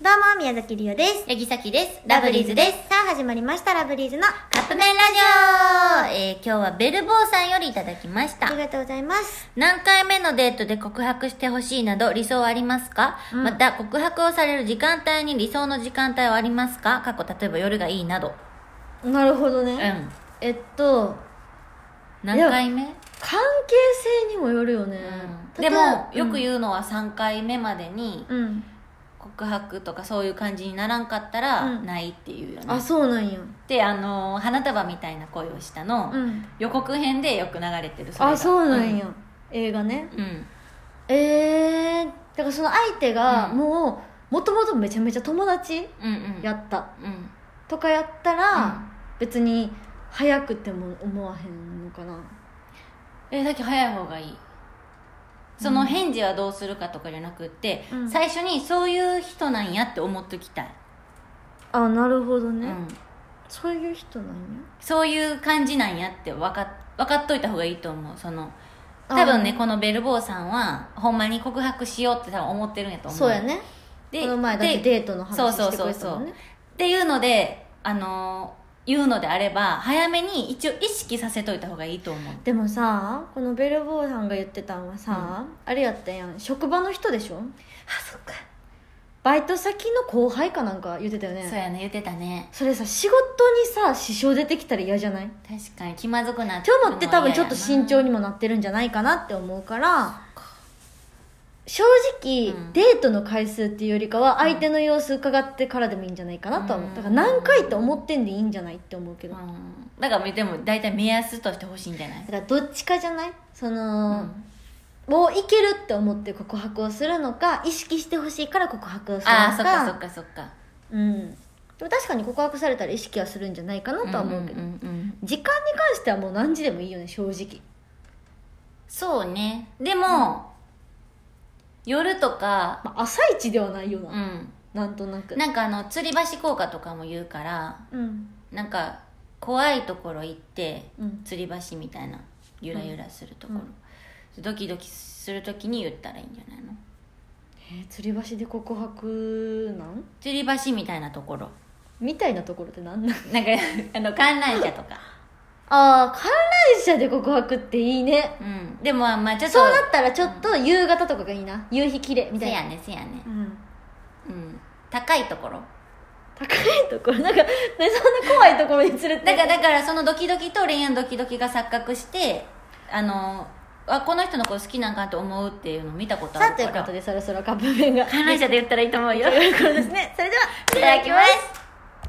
どうも、宮崎りおです。ヤギサキです。ラブリーズです。。さあ、始まりました、ラブリーズの。あカップ麺ラジオ、えー、今日はベルボーさんよりいただきましたり。がとうございます。何回目のデートで告白してほしいなど理想はありますか、うんまた告白をされる時間帯に理想の時間帯はありますか過去例えば夜がいいなど。なるほどうね。ん。えっと、何回目、関係性にもよるよねうん、でも、よく言うのは3回目までにうん。うん。告白とかそういう感じにならんかったらうんないっていうよね、あ、そうなんや。であのー花束みたいな恋をしたの、うん。予告編でよく流れてるれがあ、そうなんや。映画ね。うん、うんえー、だからその相手が、うんもう、もともとめちゃめちゃ友達うんうんやった。うんとかやったうらん、別に、早くても思わへんのかな。えさっき早い方がいいその返事はどうするかとかじゃなくって、うん最初にそういう人なんやって思っときたい、あ、なるほどうね。ん、そういう人なんや。そういう感じなんやって分かっ分かっといた方がいいと思うその多分ねこのベルボーさんはほんまに告白しようって多分思ってるんやと思うそうやねでこの前だってでデートの話してくれたもんねっていうのであのー言うのであれば早めに一応意識させといた方がいいと思うでもさこのベルボーさんが言ってたんはさ、あれやったやん職場の人でしょあそっか、バイト先の後輩かなんか言ってたよねそうやね言ってたねそれさ仕事にさ支障出てきたら嫌じゃないっ確かに気まずくなってて思って多分ちょっと慎重にももなってるんじゃないかなって思うから正直、うんデートの回数っていうよりかは相手の様子伺ってからでもいいんじゃないかなとは思う、うんだから何回って思ってんでいいんじゃないって思うけど、うんだからでも大体目安としてほしいんじゃないだからどっちかじゃないその、うんもういけるって思って告白をするのか意識してほしいから告白をするのかああそっかそっかそっかうん、でも確かに告白されたら意識はするんじゃないかなとは思うけど、んんんうん時間に関してはもう何時でもいいよね正直そうねでも、夜とかまあ朝一ではないよな、うんなんとなくなんかあの吊り橋効果とかも言うからうんなんか怖いところ行ってうん吊り橋みたいなゆらゆらするところ、うんドキドキするときに言ったらいいんじゃないのえー、吊り橋で告白なん吊り橋みたいなところみたいなところってなんなんなんかあの観覧車とかああ観覧車で告白っていいねうんでもまあまあちょっとそうなったらちょっと夕方とかがいいな夕日綺麗みたせいなやねせやねうんうん高いところ高いところなんか、ね、そんな怖いところに連れてだからだからそのドキドキと恋愛のドキドキが錯覚してあのあこの人の子好きなんかと思うっていうのを見たことあさあるとかいうら ことでそろそろカップ麺が 観覧車で言ったらいいと思うよということですねそれではいただきます